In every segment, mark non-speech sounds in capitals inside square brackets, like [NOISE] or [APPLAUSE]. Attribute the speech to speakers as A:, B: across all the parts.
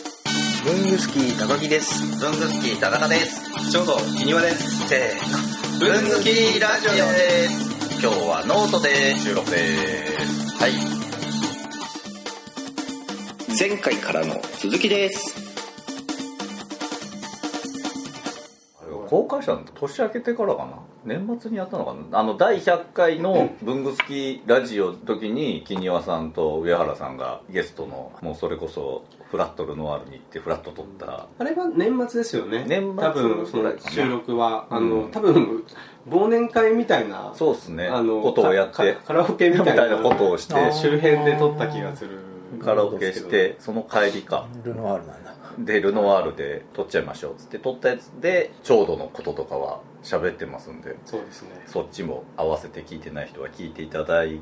A: ムーングスキー高木です
B: ブングスキー田中です
C: ちょうど木庭です
B: せーのブングスキーラジオです今日はノートで収録ですはい
A: 前回からの続きです
B: 公開したの年明けてからかな年末にやったのかなあの第100回の「文具好きラジオ」の時に木庭さんと上原さんがゲストのもうそれこそフラットルノワールに行ってフラット撮った
C: あれは年末ですよね
B: 年末
C: 多分そ
B: ぐらい
C: の
B: かな
C: 収録は、あ
B: う
C: の
B: ん
C: 多分忘年会みたいな
B: そうっすね
C: あの
B: ことをやって
C: カカラオケみ
B: み
C: た
B: た
C: い
B: い
C: な
B: なことをして
D: あー
C: 周辺で撮った気がする
B: カラオケしてその帰りか
D: ルノワールなんだ
B: でルノワールで撮っちゃいましょうっつって撮ったやつでちょうどのこととかは喋ってますんで
C: そうですね
B: そっちも合わせて聞いてない人は聞いていただい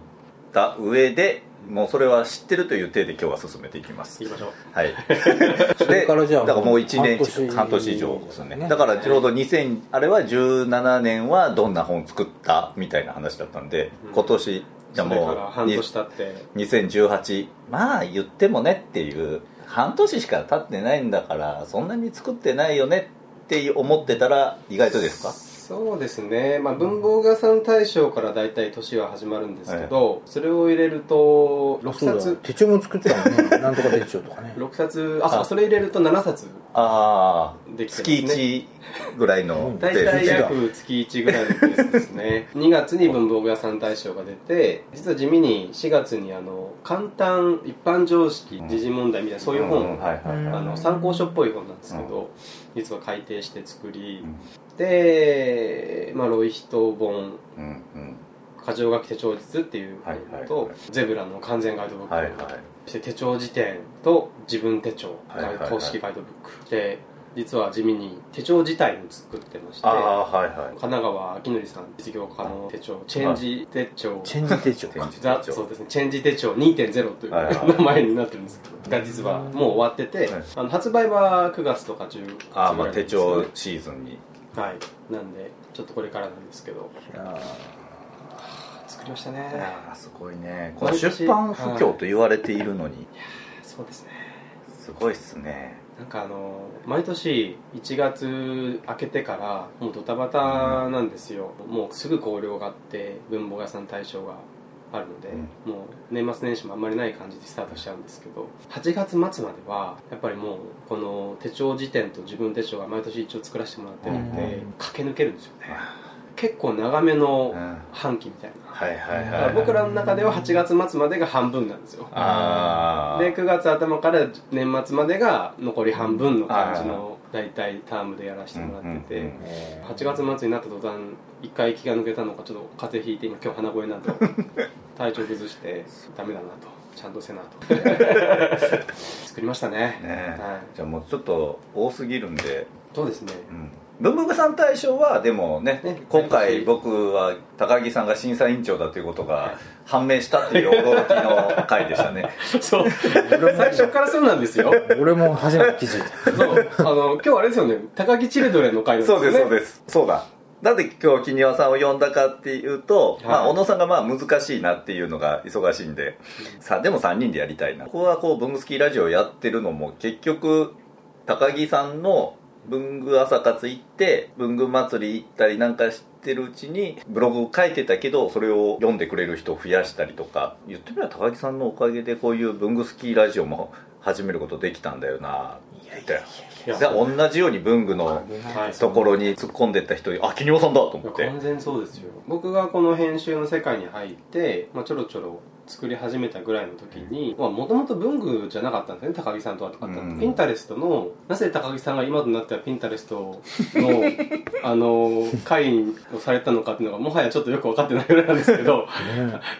B: た上でもうそれは知ってるという体で今日は進めていきます
C: 行きましょう
B: はい
C: [LAUGHS]
D: それからじゃあ
B: でだからもう1年
D: 半年
B: 近く半年以上ですね
D: ね
B: だからちょうど2000あれは17年はどんな本作ったみたいな話だったんで
C: うん
B: 今年じゃあ
C: それから
B: もう
C: 半
B: に
C: 年経って
B: 2018まあ言ってもねっていう半年しか経ってないんだからそんなに作ってないよねって思ってたら意外とですか
C: そうですね、まあ、文房具屋さん大賞から大体年は始まるんですけど、それを入れると6
D: そうだ
C: 冊
D: 手帳も作ってたもんねなんとか手帳とか
B: [LAUGHS]
D: ね
C: 6冊あそ
B: あ
C: うそれ入れると7冊
B: ああ、
C: できてます
B: 月
C: ね
B: 1ぐらいの
C: 大
B: ペー
C: 体
B: スで
C: 約月1ぐらいのペースです [LAUGHS] ね2月に文房具屋さん大賞が出て実は地味に4月にあの簡単一般常識時事問題みたいなそういう本、
B: んはいはいはい
C: あの参考書っぽい本なんですけど、実は改訂して作り、
B: うん
C: で、まあ、ロイヒト本
B: うんうん
C: 箇条書き手帳術っていう本と、
B: はいはいはい
C: ゼブラの完全ガイドブック、
B: はいはい
C: そして手帳辞典と自分手帳、
B: はいはいはい
C: 公式ガイドブックで実は地味に手帳自体も作ってまして
B: ああはいはい
C: 神奈川明則さん実業家の手帳チェンジ手帳
D: チェンジ手帳
B: 展
D: か
B: 示
C: ザ
B: 手帳
C: そうですねチェンジ手帳2.0という
B: はいはい
C: 名前になってるんですけどが実はもう終わってて、
B: はい
C: あの発売は9月とか10月ぐら
B: ああ
C: い
B: ま
C: な
B: あ
C: んで
B: 手
C: すよ
B: 帳
C: ね
B: シーズンに
C: はいなんでちょっとこれからなんですけど
D: いや
C: 作りましたね
B: ああすごいねこ
C: 毎
B: の
C: 年
B: 出版不況と言われているのに
C: そうですね
B: すごいっすね
C: なんかあの毎年1月明けてからもうドタバタなんですよ、もうすぐ校了があって文房具屋さん対象があるので、もう年末年始もあんまりない感じでスタートしちゃうんですけど8月末まではやっぱりもうこの手帳辞典と自分手帳が毎年一応作らせてもらってるんで、
D: うん
C: 駆け抜けるんですよね結構長めの
B: うん
C: 半期みたいな、
B: はいはい
C: だか
B: は
C: ら
B: い
C: 僕らの中では8月末までが半分なんですよ
B: ああ
C: で9月頭から年末までが残り半分の感じの大体タームでやらせてもらって
B: うんう
C: て
B: ん
D: えー
C: 8月末になった途端一回気が抜けたのかちょっと風邪ひいて今今日鼻声なんと
B: [LAUGHS]
C: 体調崩してダメだなとちゃんとせなと
B: [LAUGHS]
C: 作りましたね
B: ね
C: は
B: じゃあもうちょっと多すぎるんで
C: い、そうですね
B: 文房具さん大賞はでもね
C: ね
B: 今回
C: 毎年
B: 僕は高木さんが審査委員長だということが判明したっていう驚きの回でしたね [LAUGHS]
C: そう最初からそうなんですよ
D: 俺も初めて気づいた
C: そうあの今日あれですよね高木チルドレンの会なんです
B: そ
C: よ
B: う
C: ね
B: ですそうですそうだなんで今日木庭さんを呼んだかっていうと、まあ、
C: はい
B: 小野さんがまあ難しいなっていうのが忙しいんでさでも3人でやりたいなここはこう文具スキーラジオやってるのも結局高木さんの文具朝活行って文具祭り行ったりなんかしてるうちにブログを書いてたけどそれを読んでくれる人を増やしたりとか言ってみれば高木さんのおかげでこういう文具スキーラジオも始めることできたんだよなって
C: いや
B: だから同じように文具の
C: はい
B: ところに突っ込んでった人にあ木庭さんだと思って
C: 完全そうですよ僕がこの編集の世界に入って、まあ、ちょろちょろ作り始めたぐらいの時にもともと文具じゃなかったんですね高木さんとはとかった、
B: うん
C: ピンタレストのなぜ高木さんが今となってはピンタレスト
B: [LAUGHS]
C: のあの会員をされたのかっていうのがもはやちょっとよく分かってないぐらいなんですけ
B: [LAUGHS]
C: ど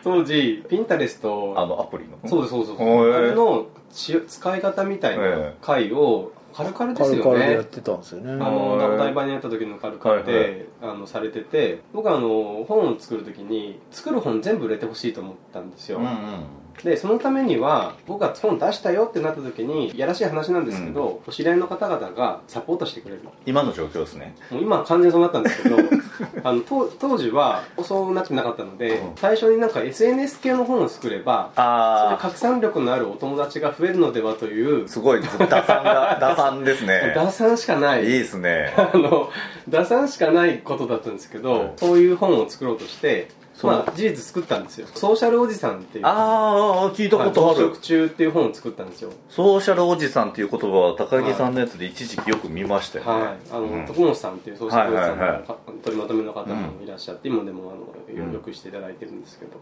C: 当時ピンタレスト
B: あのアプリの
C: そうですそうです
B: へー
C: あれのし使い方みたいな回を軽々です
D: 軽
C: よ
D: 々
C: ね
D: やってたんですよね
C: あ
B: はい
C: のお台場にあった時のカルカって、
B: はいは
C: あのされてて僕はあの本を作る時に作る本全部売れてほしいと思ったんですよ、
B: うんうん
C: でそのためには僕が本出したよってなった時にいやらしい話なんですけど、お知り合いの方々がサポートしてくれるも
B: 今の状況ですね
C: う今は完全にそうなったんで
B: [LAUGHS]
C: すけどあの当当時はそうなってなかったので、
B: うん
C: 最初になんか SNS 系の本を作ればそれで
B: あ
C: 拡散力のあるお友達が増えるのではという [LAUGHS]
B: あすごい打算が打算さんですね
C: 打算しかない
B: い
C: い
B: ですね
C: あの打算しかないことだったんですけど、そういう本を作ろうとして
B: そう
C: まあ事実作ったんですよソーシャルおじさんっていう
B: ああ聞いたことあ
C: はい
B: る
C: 朝食中っていう本を作ったんですよ
B: ソーシャルおじさんっていう言葉は高木さんのやつで一時期よく見ましたよね、
C: はい、あの、
B: うん
C: 徳本さんっていうソーシャルウェブさ
B: は
C: んの、
B: いはいはい
C: か取りまとめの方もいらっしゃって、今でもあの
B: うん
C: よくしていただいてるんですけど、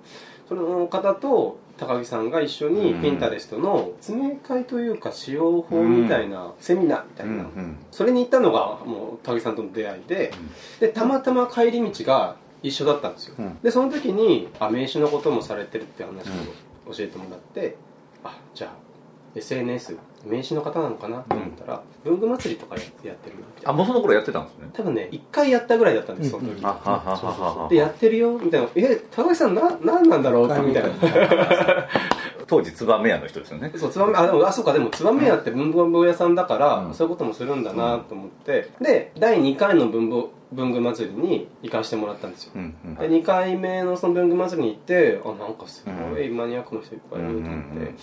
C: その方と高木さんが一緒に
B: うん
C: ピンタレストの説明会というか使用法みたいな、セミナーみたい
B: うん
C: な、
B: うん
C: それに行ったのがもう高木さんとの出会いで、でたまたま帰り道が一緒だったんですよ、
B: うん
C: でその時にあ名刺のこともされてるって話を教えてもらって、あじゃあ SNS 名刺の方なのかなと思ったら、文具祭りとかやってやってるなって
B: あもうその頃やってたんですね
C: 多分ね1回やったぐらいだったんですその時、
D: うん
B: あははは
C: そうそうそ
B: は
C: うでやってるよみたいな「え高橋さんな何なんだろう?」ってみたいな
B: 当時ツバメ屋の人ですよね
C: そうツバメあでもあそうかでもツバメ屋って文房具屋さんだから、
B: うん
C: そういうこともするんだなと思ってで第2回の文房文具祭りに行かしてもらったんですよ、
B: うんうん
C: で2回目のその文具祭りに行ってあなんかすごいマニアックな人いっぱいいると思って、
B: うんうん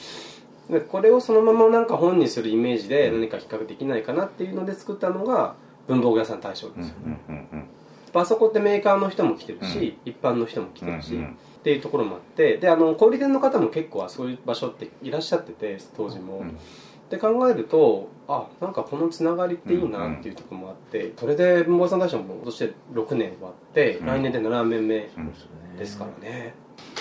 C: でこれをそのままなんか本にするイメージで何か比較できないかなっていうので作ったのが文房具屋さん大賞ですよ、
B: うんうんうんうん
C: あそこってメーカーの人も来てるし、一般の人も来てるし、
B: うんう
C: っ
B: ん
C: ていうところもあってであの小売店の方も結構そういう場所っていらっしゃってて当時も、
B: うん
C: って考えるとあなんかこのつながりっていいなっていうところもあって、それで文房具さん大賞も今年で6年終わって、
B: うん
C: 来年で7年目
B: うん
C: ですからね、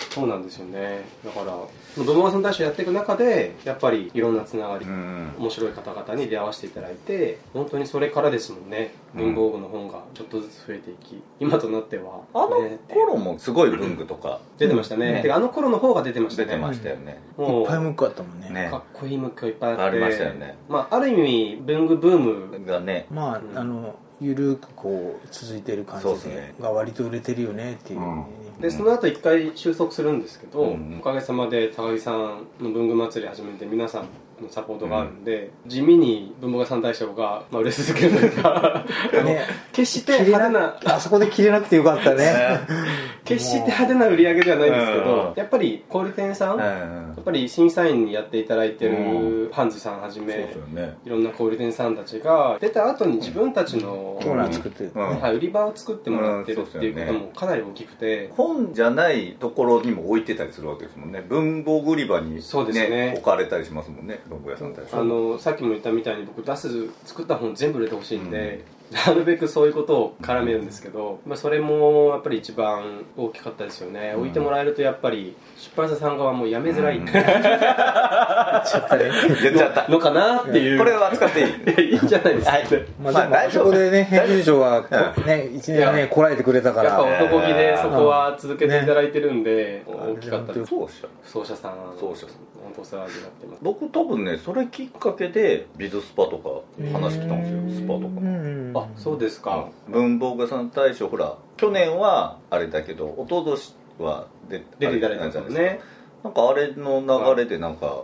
C: そうなんですよねだから文房具さん大賞やっていく中でやっぱりいろんなつながり、
B: うん
C: 面白い方々に出会わせていただいて本当にそれからですもんね
B: うん
C: 文房具の本がちょっとずつ増えていき今となっては
B: あの
C: ね
B: 頃もすごい文具とか
C: 出てましたね
B: ね
C: てかあの頃の方が出てました
B: 出
C: ね
B: てましたよね
C: もう
D: いっぱい向くあったもんね
B: ね
C: かっこいいムックがいっぱいあって
B: ありましたよね
C: まあ、ある意味文具ブーム
B: がね
D: まあ、
C: うん
D: あのゆるくこう続いてる感
B: そうっ
D: じ
B: す
D: で、
B: ね
D: が割と売れてるよねっていう、
B: うん
C: でその後一回収束するんですけど、
B: うん
C: おかげさまで高木さんの文具祭り始めて皆さんのサポートがあるんで、地味に文房具屋さん大賞が、まあ、売れ続けるとい
B: [LAUGHS]
C: うか
D: ね
C: 決して
D: 切れ
C: 派手
D: な
C: な
D: くあそこで切れなくてよかったね
C: 決して派手な売り上げではないですけ
B: う
C: ど
B: ん、
C: やっぱり小売店さん、
B: うん
C: や
B: うん
C: っぱり審査員にやっていただいて
B: う
C: るハンズさんはじ
B: そうで
C: め
B: す、よね
C: いろんな小売店さんたちが、出た後に自分たちの、
D: コーナー作ってる、
B: うん
C: はい、売り場を作ってもらってるってい
B: うんそうで
C: う
B: すよね
C: こともかなり大きくて、
B: 本じゃないところにも置いてたりするわけですもんね文房具売り場に、ね
C: そうですね
B: 置かれたりしますもんね文具屋さんたち
C: あの、さっきも言ったみたいに僕出す、作った本全部売れてほしいんで、なるべくそういうことを絡めるんですけど、まあ、それもやっぱり一番大きかったですよね、
B: うん
C: 置いてもらえるとやっぱり出版社さん側もやめづらい
B: うん
C: の [LAUGHS]
D: ちょっとね
B: 言っちゃったこ
C: かなっていう、
B: れは使っていい
C: [LAUGHS] いいんじゃないですか、
D: まあ
B: まあ
D: でもあそこでね編集長はこ
B: う
D: ね一
C: い
D: 年
C: や
D: ねこらえてくれたか
C: やっぱ
D: ら
C: 男気でそこは続けていただいてるんで、大きかったです
B: そうっしょ
C: 奏者さん
B: 奏者さん
C: 本当お世話になってます
B: 僕多分ねそれきっかけでビズスパとか話来たんですよスパとか
D: うんうんうん
C: あそうですか、
B: 文房具屋さん大賞ほら去年はあれだけど一昨年はで
C: 出ていただいたんですよね、
B: なんかあれの流れでなんか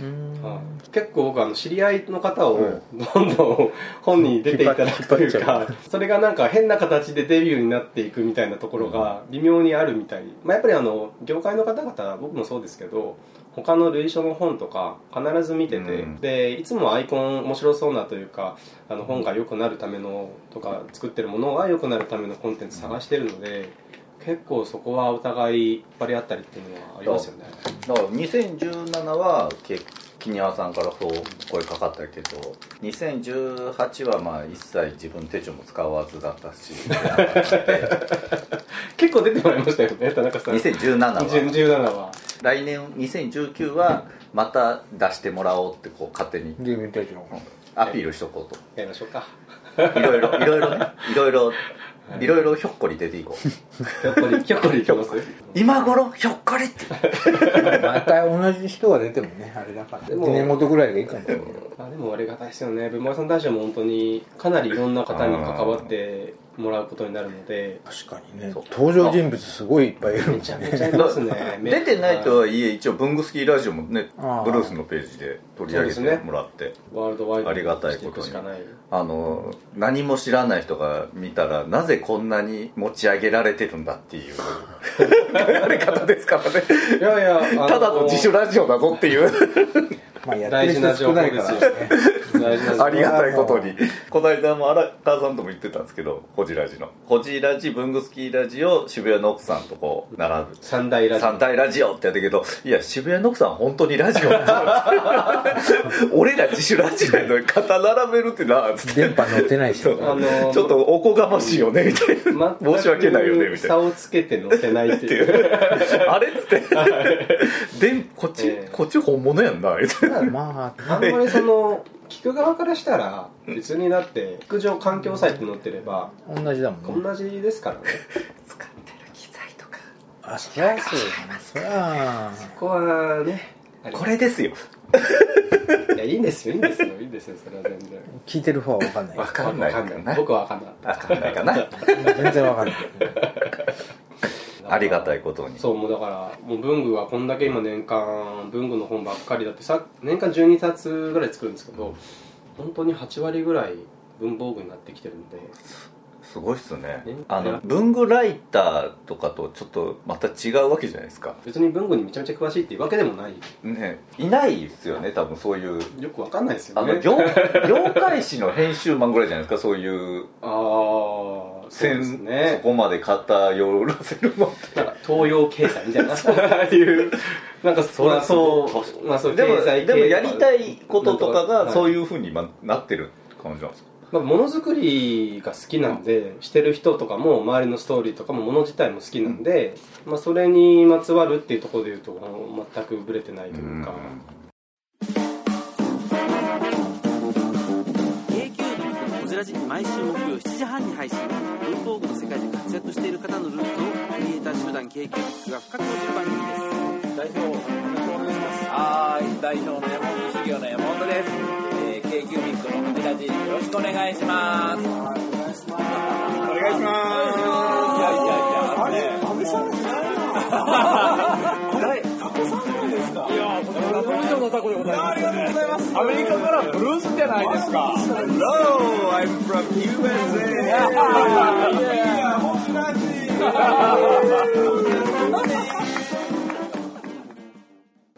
D: うん
C: はい結構僕あの知り合いの方を
B: うん
C: どんどん本に出ていただくという
D: 引っ張
C: かそれがなんか変な形でデビューになっていくみたいなところが微妙にあるみたい、まあ、やっぱりあの業界の方々僕もそうですけど他の類書の本とか必ず見てて、
B: うん
C: でいつもアイコン面白そうなというかあの本が良くなるためのとか作ってるものが良くなるためのコンテンツ探してるので結構そこはお互い引っ張り合ったりっていうのはありますよね
B: だから2017はけキニワさんからそう声かかったけど2018はまあ一切自分手帳も使わずだった
C: [LAUGHS]
B: し
C: 結構出てもらいましたよね田中さん
B: 2017は
C: 2017は
B: 来年2019はまた出してもらおうってこう勝手に
D: で見たいじゃん
B: アピールしとこう
C: やりましょうか
B: といろい
C: [LAUGHS]
B: ろいろいろねいろいろいろいろひょっこり出ていこう
C: ひょっこ [LAUGHS] りひょっこりいきます
B: 今頃ひょっこりって
D: 毎回同じ人が出てもねあれだから
C: でも
D: 1年ごとぐらいがいいかも
C: あでもありがたいですよね文房さん大賞も本当にかなりいろんな方に関わってもらうことになるので
D: 確かにね
B: そう
D: 登場人物すごいいっぱいいるもん
C: め
D: ね
C: ちゃめちゃいますね [LAUGHS]
B: 出てないとはいえ一応文具スキーラジオもね
D: あー
B: ブルースのページで取り上げてもらって、
C: ワールドワイド
B: ありがたいことに
C: してくしかない
B: あの何も知らない人が見たらなぜこんなに持ち上げられてるんだっていう [LAUGHS] 考え方ですからね
C: いやいやあ
B: [LAUGHS] ただの自主ラジオだぞっていう
D: まあやってる人少ないからね
C: 大事な情報ですよ大事なんです
B: ありがたいことにこの間も荒川さんとも言ってたんですけどホジラジのホジラジ文具好きラジオ渋谷の奥さんとこう並ぶ
C: 三大ラジ
B: 三大ラジオってやったけどいや渋谷の奥さん本当にラジオ [LAUGHS] 俺ら自主ラジオやのに肩並べるってなつって
D: 電波乗ってないし
B: そう
C: あの
B: ちょっとおこがましいよねみたいな
C: 全く
B: 申し訳ないよねみたいな
C: 差をつけて乗せないっていう
B: あれっつってでこっち、
C: ええ
B: こっち本物やんなみたいな
D: まあ
C: あんまりその聞く側からしたら別にだって陸上環境サイト乗ってれば
D: 同じだもんね
C: 同じですか
B: [LAUGHS]
C: らね
B: 使ってる機材とか
D: あそりゃそうだなそりゃ
C: ここはねあ
B: これですよ
C: いやいいんですよいいんですよいいんですよそれは全然
D: 聞いてる方は分かんない
B: わかんないか
C: わ
B: な
C: 僕はわかんなかった
B: わかんないかな
D: 全然分かんない
B: ありがたいことに
C: そうもうだからもう文具はこんだけ今年間文具の本ばっかりだってさ年間12冊ぐらい作るんですけど本当に8割ぐらい文房具になってきてるんです
B: ごいっすね
C: ね
B: あ
C: ね
B: の文具ライターとかとちょっとまた違うわけじゃないですか
C: 別に文具にめちゃめちゃ詳しいっていうわけでもない
B: ねいないっすよね多分そういう
C: よくわかんないですよ
B: あ
C: ね
B: の業業界誌の編集マンぐらいじゃないですかそういう
C: ああそう
B: 線
C: です
B: そ,、
C: ね
B: こまで偏らせるのって
C: なんか東洋経済みた
B: [LAUGHS]
C: いなそういう [LAUGHS] なんかそ
B: りゃそう
C: そうまあそう
B: でも
C: 経済系
B: でもやりたいこととか
C: は
B: が
C: い
B: そういうふうに今なってる感じなんですか
C: まあ、ものづくりが好きなんでしてる人とかも周りのストーリーとかももの自体も好きなんで、まあ、それにまつわるっていうところでいうともう全くブレてないというか、
E: KQBIC こちらじ毎週木曜7時半に配信文房具の世界で活躍している方のルーツをクリエイター集団 KQBIC が深く落る番組です代表よろしくお願いしますはい代表の山本修行の山本です、え KQBIC のカメラジよろしくお願いしますお願いしますお願いしますいやいやいやあれカメさんじゃないなタコさんじゃないですかいやータコ以上のタコでございますありがとうございますアメリカからブルースじゃないですか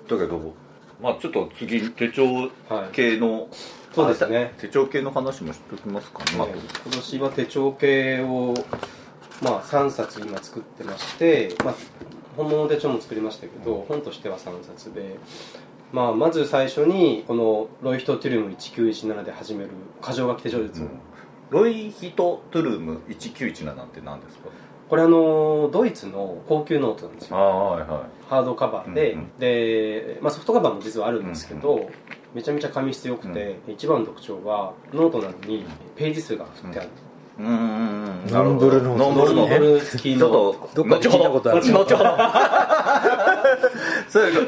B: だけどまあちょっと次手帳
C: はい、
B: 系の
C: そうですね
B: 手帳系の話もしときますかね、
C: 今年は手帳系を、まあ、3冊今作ってまして、まあ、本物の手帳も作りましたけど、本としては3冊で、まあ、まず最初にこの「ロイヒトティルム1917」で始める箇条書き手帳術を、
B: うんロイヒト・トゥルーム1917なんて何ですか
C: これあのドイツの高級ノートなんですよ
B: ああはいは
C: ハードカバーで、
B: うんうん
C: で、まあ、ソフトカバーも実はあるんですけど、めちゃめちゃ紙質良くて、一番の特徴はノートなのにページ数が振ってある、
B: いうんうんうん
D: ノンブルノート
B: ノンブ
C: ノ
B: ル
C: ー
B: ノ
C: ト
B: ー
C: ル付き
B: トち
C: の
B: ょっ
D: ど
B: と
D: っかで聞いたことある
B: 後ほど後ほど [LAUGHS] それそれ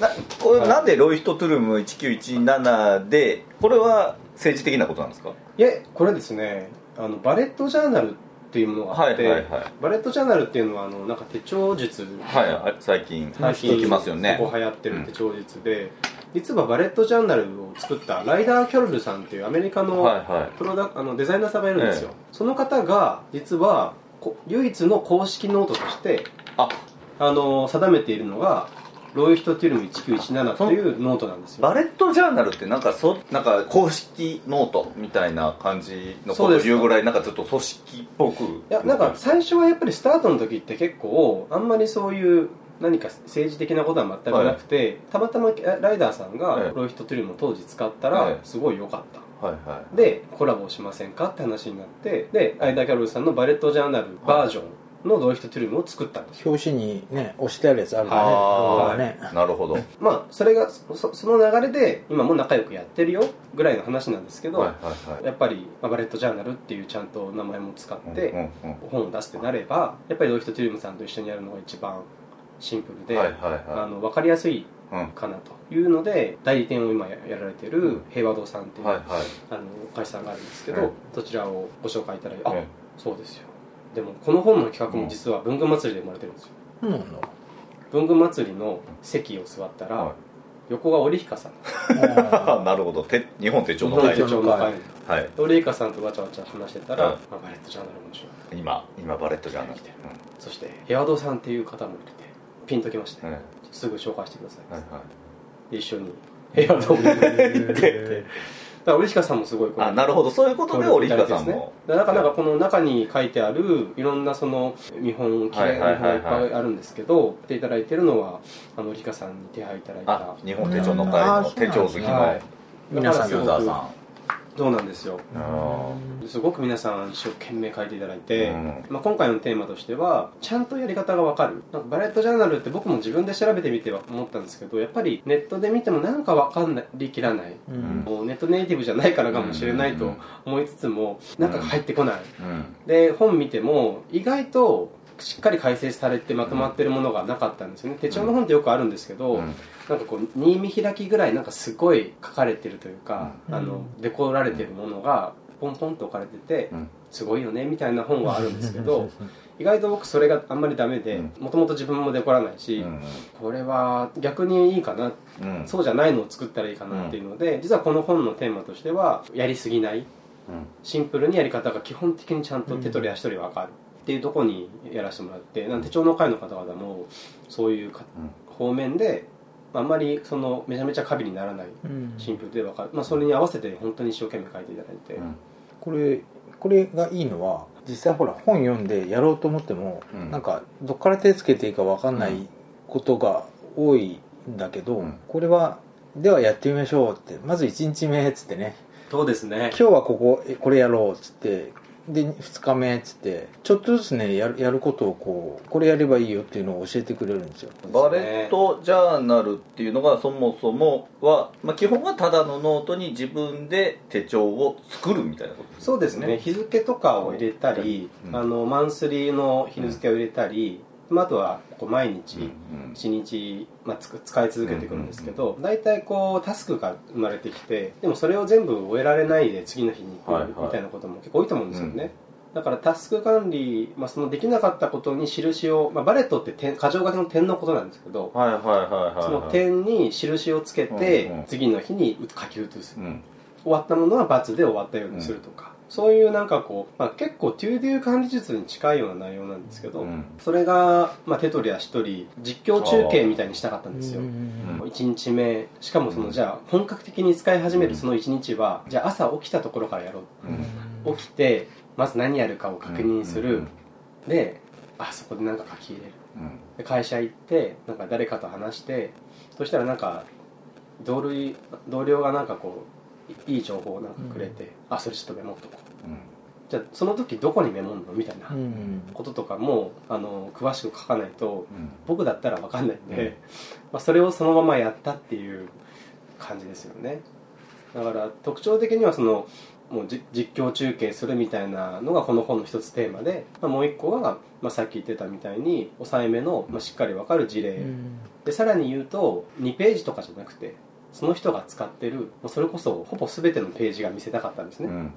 B: なこれなんでロイヒト・トゥルーム1917でこれは政治的なことなんですか
C: いえこれですねあのバレットジャーナルっていうものがあって、
B: はい
C: バレットジャーナルっていうのはあのなんか手帳術
B: はいあ最近
C: 最近
B: 聞きますよね
C: ここ流行ってる手帳術で、実はバレットジャーナルを作ったライダー・キョルルさんっていうアメリカの、
B: はいはい
C: プロダあのデザイナーさんがいるんですよ、
B: え
C: その方が実はこ唯一の公式ノートとして
B: あ
C: あの定めているのがロイヒトティルム1917というノートなんですよ
B: バレットジャーナルってなんかそなんか公式ノートみたいな感じのこ
C: そう
B: と
C: です
B: 言うぐらいなんかちょっと組織っぽく
C: いやなんか最初はやっぱりスタートの時って結構あんまりそういう何か政治的なことは全くなくて、たまたまえライダーさん
B: え
C: が
B: え
C: ロイヒトティルムを当時使った
B: え
C: ら
B: え
C: すごい良かった、
B: はいは
C: でコラボしませんかって話になってでライダー・キャロルさんのバレットジャーナルバージョンのロイヒトティルムを作ったんですよ
D: 表紙にね押してあるやつあるからね動
B: あ
D: 画
B: あ、
D: ね
B: なるほど、
C: まあそれがそその流れで今も仲良くやってるよぐらいの話なんですけど、
B: い
C: やっぱりまあバレットジャーナルっていうちゃんと名前も使って
B: うんうん
C: 本を出すってなればやっぱりロイヒト・ティルムさんと一緒にやるのが一番シンプル
B: うん
C: で、
B: はいはい
C: あ
B: は
C: の分かりやすい
B: いうん
C: かなというので代理店を今ややられて
B: う
C: る
B: ん
C: 平和堂さんっていう、
B: はいはい
C: あの会社さんがあるんですけど、
B: うん
C: そちらをご紹介いただいて、
B: う
C: あ
B: ん
C: そうですよでもこの本の企画も実は文具祭りで生まれてるんですよ
D: そうなんだ
C: 文具祭りの席を座ったら、
B: はい
C: 横が織彦さん
D: あ
C: [LAUGHS]
B: あなるほどて日本手帳の
D: は
B: 会
D: い
C: 手帳の会
B: はい
C: で織彦さんとわちゃわちゃ話してたら、
B: うん
C: まあ、バレットジャーナルも面白い
B: 今今バレットジャーナル
C: 来てるそしてヘアドさんっていう方もいてピンときまして、
B: うんうん
C: すぐ紹介してください、
B: はいはい
C: 一緒に部屋を行ってってだから折鹿さんもすごいこ
B: あなるほどそういうことで折
C: カ
B: カさんも、
C: だからなんかこの中に書いてあるいろんなその見本綺麗な見本がい
B: はいはい
C: っぱ
B: はい
C: いあるんですけど来ていただいてるのはあのリカさんに手配いただいた
B: あ日本手帳の
D: う
B: 会
D: んあーそうなん
B: の手
D: だ
B: 帳好きのユ
C: はい
D: 皆さん
B: ー
D: の
B: ザ
C: だ
B: ー
C: か
B: さ
C: ら
B: ん
C: そうなんですよ
B: うん
C: すごく皆さん一生懸命書いていただいて、
B: うん
C: まあ、今回のテーマとしてはちゃんとやり方がわかるなんかバレットジャーナルって僕も自分で調べてみては思ったんですけどやっぱりネットで見てもなんかわかんないきらない
D: うん
C: もうネットネイティブじゃないからかもしれないと思いつつもなんか入ってこない
B: うん
C: で本見ても意外としっかり解説されてまとまってるものがなかったんですよね手帳の本ってよくあるんですけど、
B: うん
C: なんかこう新見開きぐらいなんかすごい書かれてるというか、
D: うん
C: あのデコられてるものがポンポンと置かれてて、
B: うん
C: すごいよねみたいな本はあるんですけど意外と僕それがあんまりダメで
B: うん
C: もともと自分もデコらないし、これは逆にいいかな
B: うんうん
C: そうじゃないのを作ったらいいかなっていうので、実はこの本のテーマとしてはやりすぎない
B: うん
C: シンプルにやり方が基本的にちゃんと手取り足取り分かるっていうところにやらせてもらってなんで手帳の会の方々もそういうか
B: うん
C: 方面であんまりそのめちゃめちゃ過敏にならない
D: うん
C: シンプルで分かる、まあ、それに合わせて本当に一生懸命書いていただいて、
B: うん
D: これこれがいいのは実際ほら本読んでやろうと思っても、
B: うん
D: なんかどっから手つけていいかわかんな
B: う
D: いことが多いんだけど、
B: うん
D: これはではやってみましょうってまず1日目っつってね
C: そうですね
D: 今日はここえこれやろうっつってで2日目っつってちょっとずつねやるやることをこうこれやればいいよっていうのを教えてくれるんですよ
B: バレットジャーナルっていうのがそもそもは、まあ、基本はただのノートに自分で手帳を作るみたいなこと
C: そうですね日付とかを入れたり、
B: うん
C: あのマンスリーの日付を入れたり、まあ、あとはこう毎日、
B: うん
C: 1日、まあ、つく使い続けていくんですけど、大体こうタスクが生まれてきてでもそれを全部終えられないで次の日に行
B: はいはい
C: くみたいなことも結構多いと思うんですよね、だからタスク管理、まあ、そのできなかったことに印を、まあ、バレットって点箇条書きの点のことなんですけど、
B: はいはいはいはい
C: その点に印をつけて、
B: うんうん
C: 次の日に書き写す
B: うん
C: 終わったものは罰で終わったようにするとか、そういうなんかこう、まあ、結構トゥーデュー管理術に近いような内容なんですけど、
B: うん
C: それが、まあ、手取り足取り実況中継みたいにしたかったんですよ
D: うんうん
B: うん
C: 1日目しかもそのじゃあ本格的に使い始めるその1日はじゃあ朝起きたところからやろ
B: うん
C: う起きてまず何やるかを確認す
B: う
C: る
B: ん
C: であそこで何か書き入れる
B: うん
C: で会社行ってなんか誰かと話してそしたらなんか同類同僚がなんかこういいい情報をなんかくれて、あそれちょっとメモっとこうじゃあその時どこにメモるのみたいな
D: うん
C: こととかもあの詳しく書かないと
B: うん
C: 僕だったら分かんないんで、
B: うん
C: まあ、それをそのままやったっていう感じですよねだから特徴的にはそのもうじ実況中継するみたいなのがこの本の一つテーマで、まあ、もう一個は、まあ、さっき言ってたみたいに抑えめの、まあ、しっかり分かる事例、
D: うん
C: でさらに言うと2ページとかじゃなくてその人が使ってるもうそれこそほぼ全てのページが見せたかったんです
B: う
C: ね、
B: ん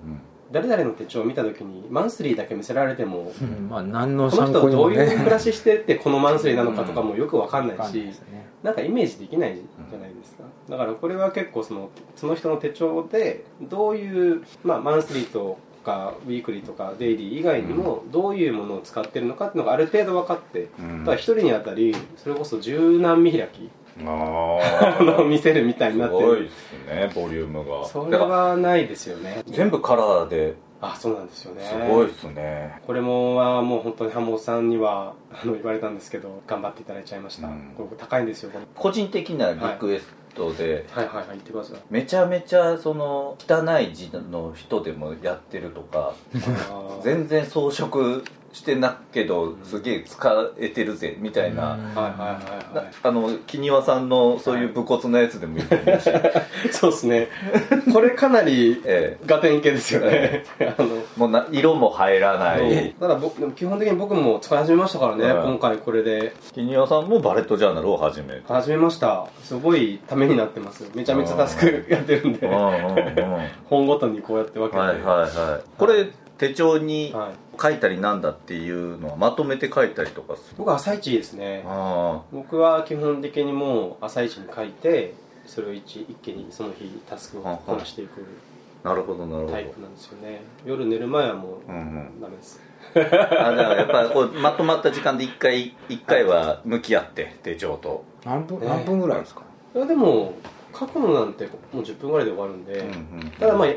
C: 誰々の手帳を見た時にマンスリーだけ見せられても
D: うんまあ何の
C: この
D: 参
C: 人
D: 考
C: は
D: に
C: ど
D: も
C: ういう
D: ね
C: 暮らししてってこのマンスリーなのかとかもよくわかん
D: わ
C: な
D: か
C: い
D: んな
C: し、
D: いですよね
C: なんかイメージできないじゃないですか、だからこれは結構そのその人の手帳でどういう、まあ、マンスリーとかウィークリーとかデイリー以外にもどういうものを使ってるのかっていうのがある程度分かって
B: うんうん
C: ただ一人にあたりそれこそ十何見開き
B: あ
C: あの
B: ー
C: 見せるみたいにな
B: す
C: って
B: ごい
C: る
B: ですねボリュームが
C: それはないですよね
B: てか全部カラーで
C: あそうなんですよね
B: すごいですね
C: これもはもう本当に浜本さんには [LAUGHS] あの言われたんですけど頑張っていただいちゃいました、
B: うん
C: これ高いんですよこれ
B: 個人的なリクエストで
C: はいはいはい言ってください
B: めちゃめちゃその汚い字の人でもやってるとか
C: あー
B: [LAUGHS] 全然装飾してなっけどすげえ使えてるぜみたいな、
C: はいはいはい
B: な
C: はい
B: あの木庭さんのそういう武骨なやつでもいいと思うし、
C: そうですね。これかなり
B: え
C: ガテン系ですよね。あの
B: えもうな色も入らない
C: ただ僕でも基本的に僕も使い始めましたからね、
B: はい
C: 今回これで
B: 木庭さんもバレットジャーナルを始める
C: 始めましたすごいためになってますめちゃめちゃタスクやってるん
B: [LAUGHS] うんうんうん
C: で
B: は
C: 本ごとにこうやって分
B: い
C: けて、
B: はいはいこれ手帳に
C: はい
B: 書いたりなんだっていうのはまとめて書いたりとかする
C: 僕は朝一ですね
B: あ
C: 僕は基本的にもう朝一に書いてそれを一一気にその日タスクをこなしていく
B: あなるほどなるほど、
C: タイプなんですよね夜寝る前はも
B: う
C: う
B: んうん
C: ダメです、
B: あだからやっぱこうまとまった時間で一回一回は向き合って手帳と
D: 何分
C: ね
D: 何分ぐらいですか
C: いやでも過去のなんてもう10分ぐらいで終わるんで、
B: うん
C: ただまあ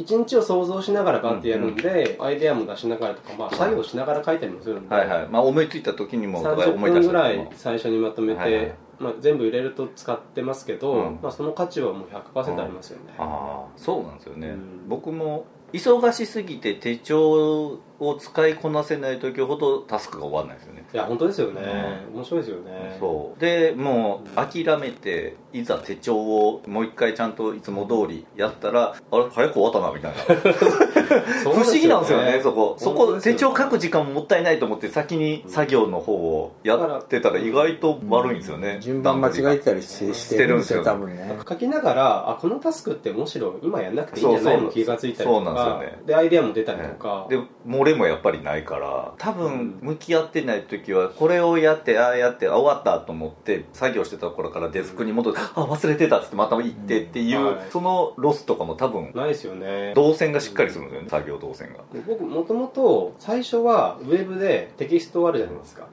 C: 一日を想像しながらバッてやるんで、アイデアも出しながらとか、まあ、作業しながら書いたりもするんで、
B: はいはいまあ思いついた時にも
C: 30
B: 思い出
C: 分
B: し
C: ぐ
B: た
C: ら
B: 時
C: い
B: も
C: 最初にまとめて、
B: はいはい
C: まあ、全部入れると使ってますけど、
B: うん
C: まあ、その価値はもう100%ありますよね、
B: ああそうなんですよね、
C: うん
B: 僕も忙しすぎて手帳を使いこなせない時ほどタスクが終わらないですよね
C: いや本当ですよね、面白いですよね
B: そうでもう諦めていざ手帳をもう一回ちゃんといつも通りやったらあれ早く終わったなみたいな [LAUGHS]
C: そ
B: 不
C: う
B: 思議なんですよねそこそ
C: 本当
B: こ
C: ですよ
B: 手帳書く時間もったいないと思って先に作業の方をやってたら意外と悪いんですよね、
D: 順番間違えてたりしてしてるんですよ
B: して
D: 多
B: る
D: 分ね
C: 書きながらあこのタスクってむしろ今やんなくていいんじゃない
B: そうそう
C: の気がついたりとか
B: そうなんですよね
C: アイデアも出たりとか、
B: で漏れもやっぱりないから多分向き合ってない時はこれをやってああやってあ終わったと思って作業してた頃からデスクに戻って、あ忘れてたっつってまた行ってっていう、
C: うんはい
B: そのロスとかも多分
C: ないですよね
B: 動線がしっかりするんですよね、作業動線が
C: 僕もともと最初はウェブでテキストあるじゃないですか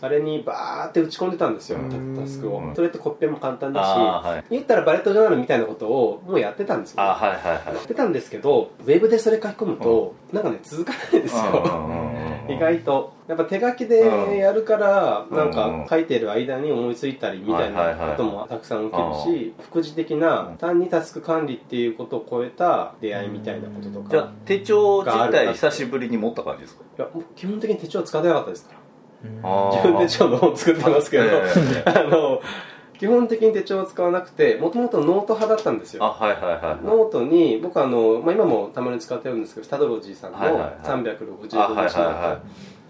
C: あれにバーって打ち込んでたんですよ
D: うん
C: タスクを
B: うん
C: それってコッペも簡単
B: あ
C: だ
B: あはい
C: し言ったらバレットジャーナルみたいなことをもうやってたんですよ
B: あ
C: や
B: はいはいは
C: ってたんですけどウェブでそれ書き込むとなんかね続かないんですよ
B: い
C: [LAUGHS] 意外とやっぱ手書きでやるから
B: うん
C: なんか書いてる間に思いついたりみたい
B: は
C: ない
B: はいはい
C: こともたくさん起きるし副次的な単にタスク管理っていうことを超えた出会いみたいなことと
B: じゃ
C: か
B: あ手帳自体久しぶりに持った感じですか
C: いやもう基本的に手帳は使ってなかったですから
B: あ
C: 自分で手帳の本作ってますけど、
B: ええ
C: あの基本的に手帳を使わなくてもともとノート派だったんです
B: あ
C: よ
B: はいはいはいはい
C: ノートに僕あの、まあ、今もたまに使ってるんですけどスタドロジーさんの
B: はいはいはい
C: 365日
B: あはい
C: ノ
B: はい
C: ート
B: は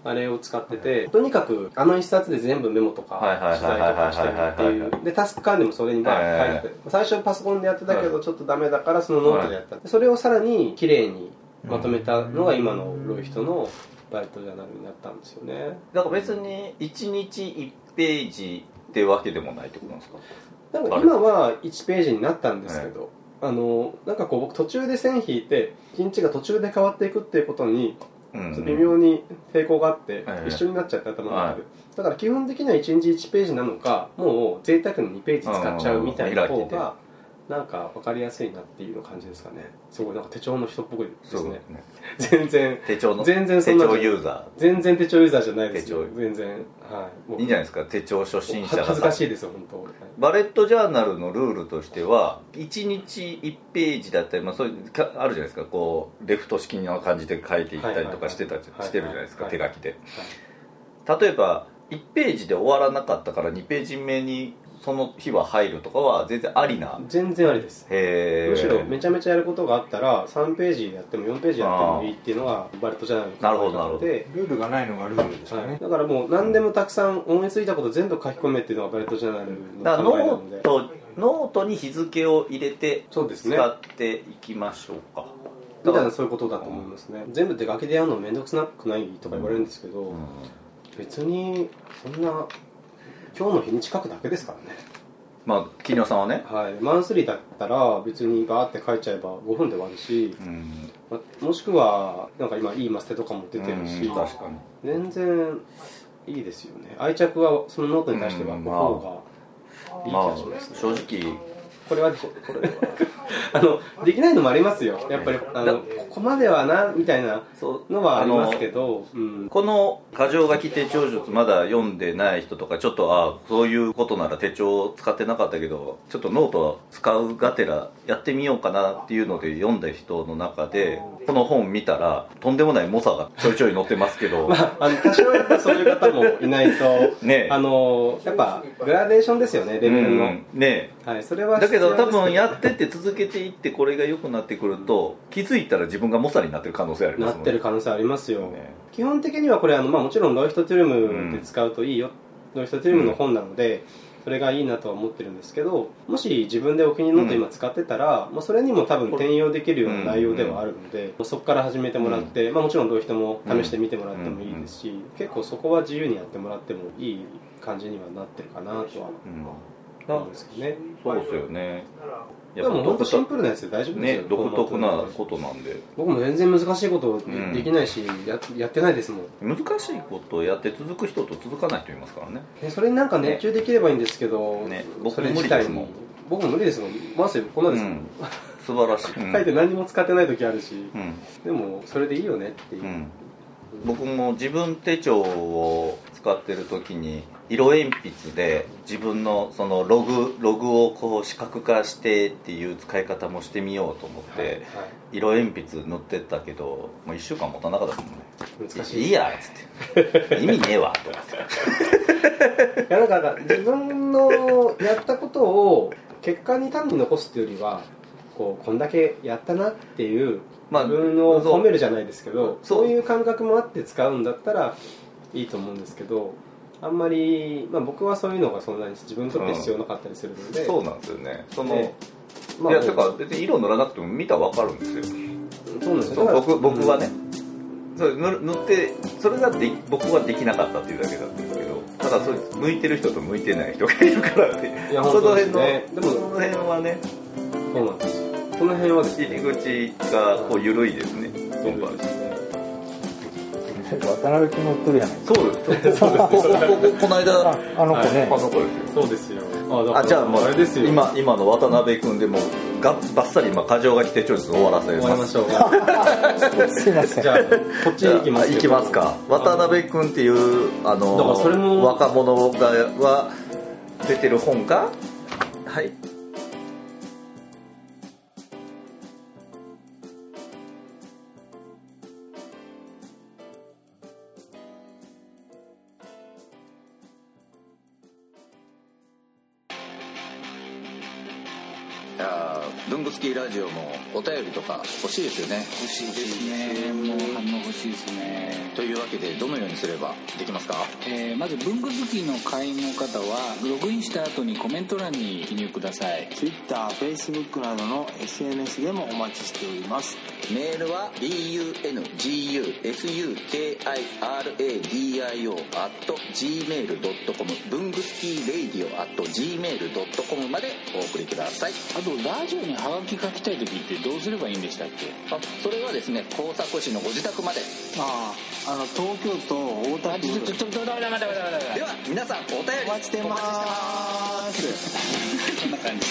C: あれを使っててとにかくあの一冊で全部メモとか
B: はいはい
C: 取材とかしてるって
B: はいはいはいはいいう
C: でタスク管理もそれにまあ書いてて最初パソコンでやってたけどちょっとダメだからそのノートでやったそれをさらに綺麗にまとめたのが今のロイヒトのバイトジャーナルになったんですよね
B: いだから別に1日1ページってわけでもないってことなんですか
C: なんか今は1ページになったんですけど、あのなんかこう僕途中で線引いて一日が途中で変わっていくっていうことに
B: うんうん
C: 微妙に抵抗があって、
B: ええ
C: 一緒になっちゃって頭の中で、だから基本的には1日1ページなのかもう贅沢に2ページ使っちゃうみたいな
B: うんうん
C: 方
B: うん開
C: がなんか分かりやすいなっていう感じですかねすごいなんか手帳の人っぽくです
B: そう
C: ね
B: ね
C: 全然
B: 手帳の
C: 全然そ
B: 手
C: んな
B: 帳ユーザ
C: 全然手帳ユーザーじゃないですよ
B: 手帳
C: 全然はいも
B: ー
C: う
B: いいんじゃないですか手帳初心者が
C: 恥ずかしいですよ本当、はい
B: バレットジャーナルのルールとしては1日1ページだったり、まあ、そういうかあるじゃないですかこうレフト式の感じで書いていったりとかしてたじ
C: はいはいはい
B: してるじゃないですか
C: は
B: 手
C: い
B: 書きで例えば1ページで終わらなかったから2ページ目にその日は入るとかは全然ありな
C: 全然ありです
B: へえ
C: むしろめちゃめちゃやることがあったら3ページやっても4ページやってもいいっていうのがバレットジャーナル
B: なるほ
C: の
B: どなるほど
C: で、
D: ルールがないのがルールです
C: はい、だからもう何でもたくさん思いついたこと全部書き込めっていうのがバレットジャーナル
B: だから
C: の考えな
B: ノ
C: の
B: ー
C: で
B: トノートに日付を入れて
C: そうですね
B: 使っていきましょうか
C: みたいなそういうことだと思いますね、全部手書きでやるの面倒くさくないとか言われるんですけど、
B: うん
C: 別にそんな今日の日に近くだけですからね
B: まあ木庭さんはね、
C: はいマンスリーだったら別にバーって書いちゃえば5分で終わるし、
B: うん、
C: まもしくはなんか今いいマステとかも出てるし、
B: うん確かに
C: 全然いいですよね愛着はそのノートに対しては
B: うん
C: この方がいい気
B: ま
C: が
B: あ
C: しますね、
B: 正直
C: これはこれはあのできないのもありますよやっぱりあのここまではなみたいなのはありますけど、うん、 [LAUGHS]
B: この「過剰書き手帳術」まだ読んでない人とかちょっとああそういうことなら手帳を使ってなかったけどちょっとノート使うがてらやってみようかなっていうので読んだ人の中でこの本見たらとんでもない猛者がちょいちょい載ってますけど
C: [LAUGHS] あの多少やっぱそういう方もいないと
B: ねえ
C: あのやっぱグラデーションですよねレベルの、
B: うんね
C: はい、それは
B: えだけど
C: 必
B: 多
C: 要です
B: 分やってって続けていってこれが良くなってくると気づいたら自分が猛者になってる可能性ありま
C: な
B: す
C: っ
B: もん
C: てる可能性ありますよ、
B: ね
C: 基本的にはこれあの、まあ、もちろんロイヒトトゥルムで使うといいよ、ロイヒトトゥルムの本なので、それがいいなとは思ってるんですけどもし自分でお気に入りのと今使ってたら、まあ、それにも多分転用できるような内容ではあるので、そこから始めてもらって、まあ、もちろんロイヒトも試してみてもらってもいいですし、結構そこは自由にやってもらってもいい感じにはなってるかなとは
B: うん
C: 思うんですけどね
B: そうですよね
C: で
B: やっぱ
C: も本当シン
B: 独
C: プルなやつで大丈夫
B: 特,、
C: ですよ、
B: ね、独特な
C: こ
B: ことなんで
C: 僕も全然難しいこと
B: ん
C: できないし、ややってないですも
B: 難
C: ん
B: しいことをやって続く人と続かない人いますからね
C: ねそれになんか熱中できればいいんですけど、
B: ね僕
C: それ
B: 無
C: 自
B: 理で
C: 体
B: すもん
C: に僕も無理ですもんマジでこんなですもん、
B: 素晴らしい、うん
C: [LAUGHS] 書いて何も使ってない時あるし
B: う、ん
C: でもそれでいいよねっていう、
B: うん僕も自分手帳を使ってる時に色鉛筆で自分のそのログログをこう視覚化してっていう使い方もしてみようと思って、
C: はいはい
B: 色鉛筆塗ってったけどもう1週間持たなかったですもんね
C: 難しい
B: いやっつ
C: [LAUGHS]
B: って意味ねえわと思って
C: いやなんかなんか自分のやったことを結果に単に残すっていうよりはこうこんだけやったなっていう
B: まあ
C: 自分を褒めるじゃないですけど
B: そう
C: そういう感覚もあって使うんだったらいいと思うんですけどあんまり、まあ、僕はそういうのがそんなに自分にとって必要なかったりするので、
B: そうなんですよねその、
C: ね
B: いやてか別に色塗らなくても見たら分かるんですよ
C: そうなんですよ
B: そう
C: だから
B: 僕僕はね、それ塗る塗ってそれがで僕はできなかったっていうだけなんですけどただそれ向いてる人と向いてない人がいるからって
C: いや
B: そ
C: 本
B: の
C: 当
B: 辺
C: です
B: の、
C: ねでも
B: その辺はね
C: そうなんですよこの辺はですね
B: 入り口がこう緩いですねコンパル
C: ですね
D: 渡辺君乗ってるやない
B: そうですそうですこここの間
D: ああの子ね、
B: あそこですよ
C: そうですよだから
B: あじゃあもう
C: あれですよ
B: 今今の渡辺君でもうがばっさり今過剰書き手帳術終わらせ
C: 終わりま
B: ます
C: しょうじ
D: すいません
C: ゃあこっち [LAUGHS]
B: じゃあ
C: 行きます
B: 行きますか渡辺君っていうあ
C: だからそれ
B: の
C: も
B: 若者がは出てる本かはい
A: いやー文具好きラジオもお便りとか欲しいですよね
F: 欲しいですねもう反応欲しいですね
A: というわけでどのようにすればできますか
F: えーまず文具好きの会員の方はログインした後にコメント欄に記入ください
E: TwitterFacebook などの SNS でもお待ちしております
A: メールは bungusuktiradio gmail.com 文具スキーレイディオ gmail.com までお送りください
F: あとラジオにハガキ書きたい時ってどうすればいいんでしたっけ
A: あそれはですね工作士のご自宅まで
E: あああの東京都
F: あ
E: 大田
F: ちょちょ
E: 区
F: ちょちょダメだダメだダメだダメだ
A: では皆さんお便り
E: お待ちしてます
F: こんな感じ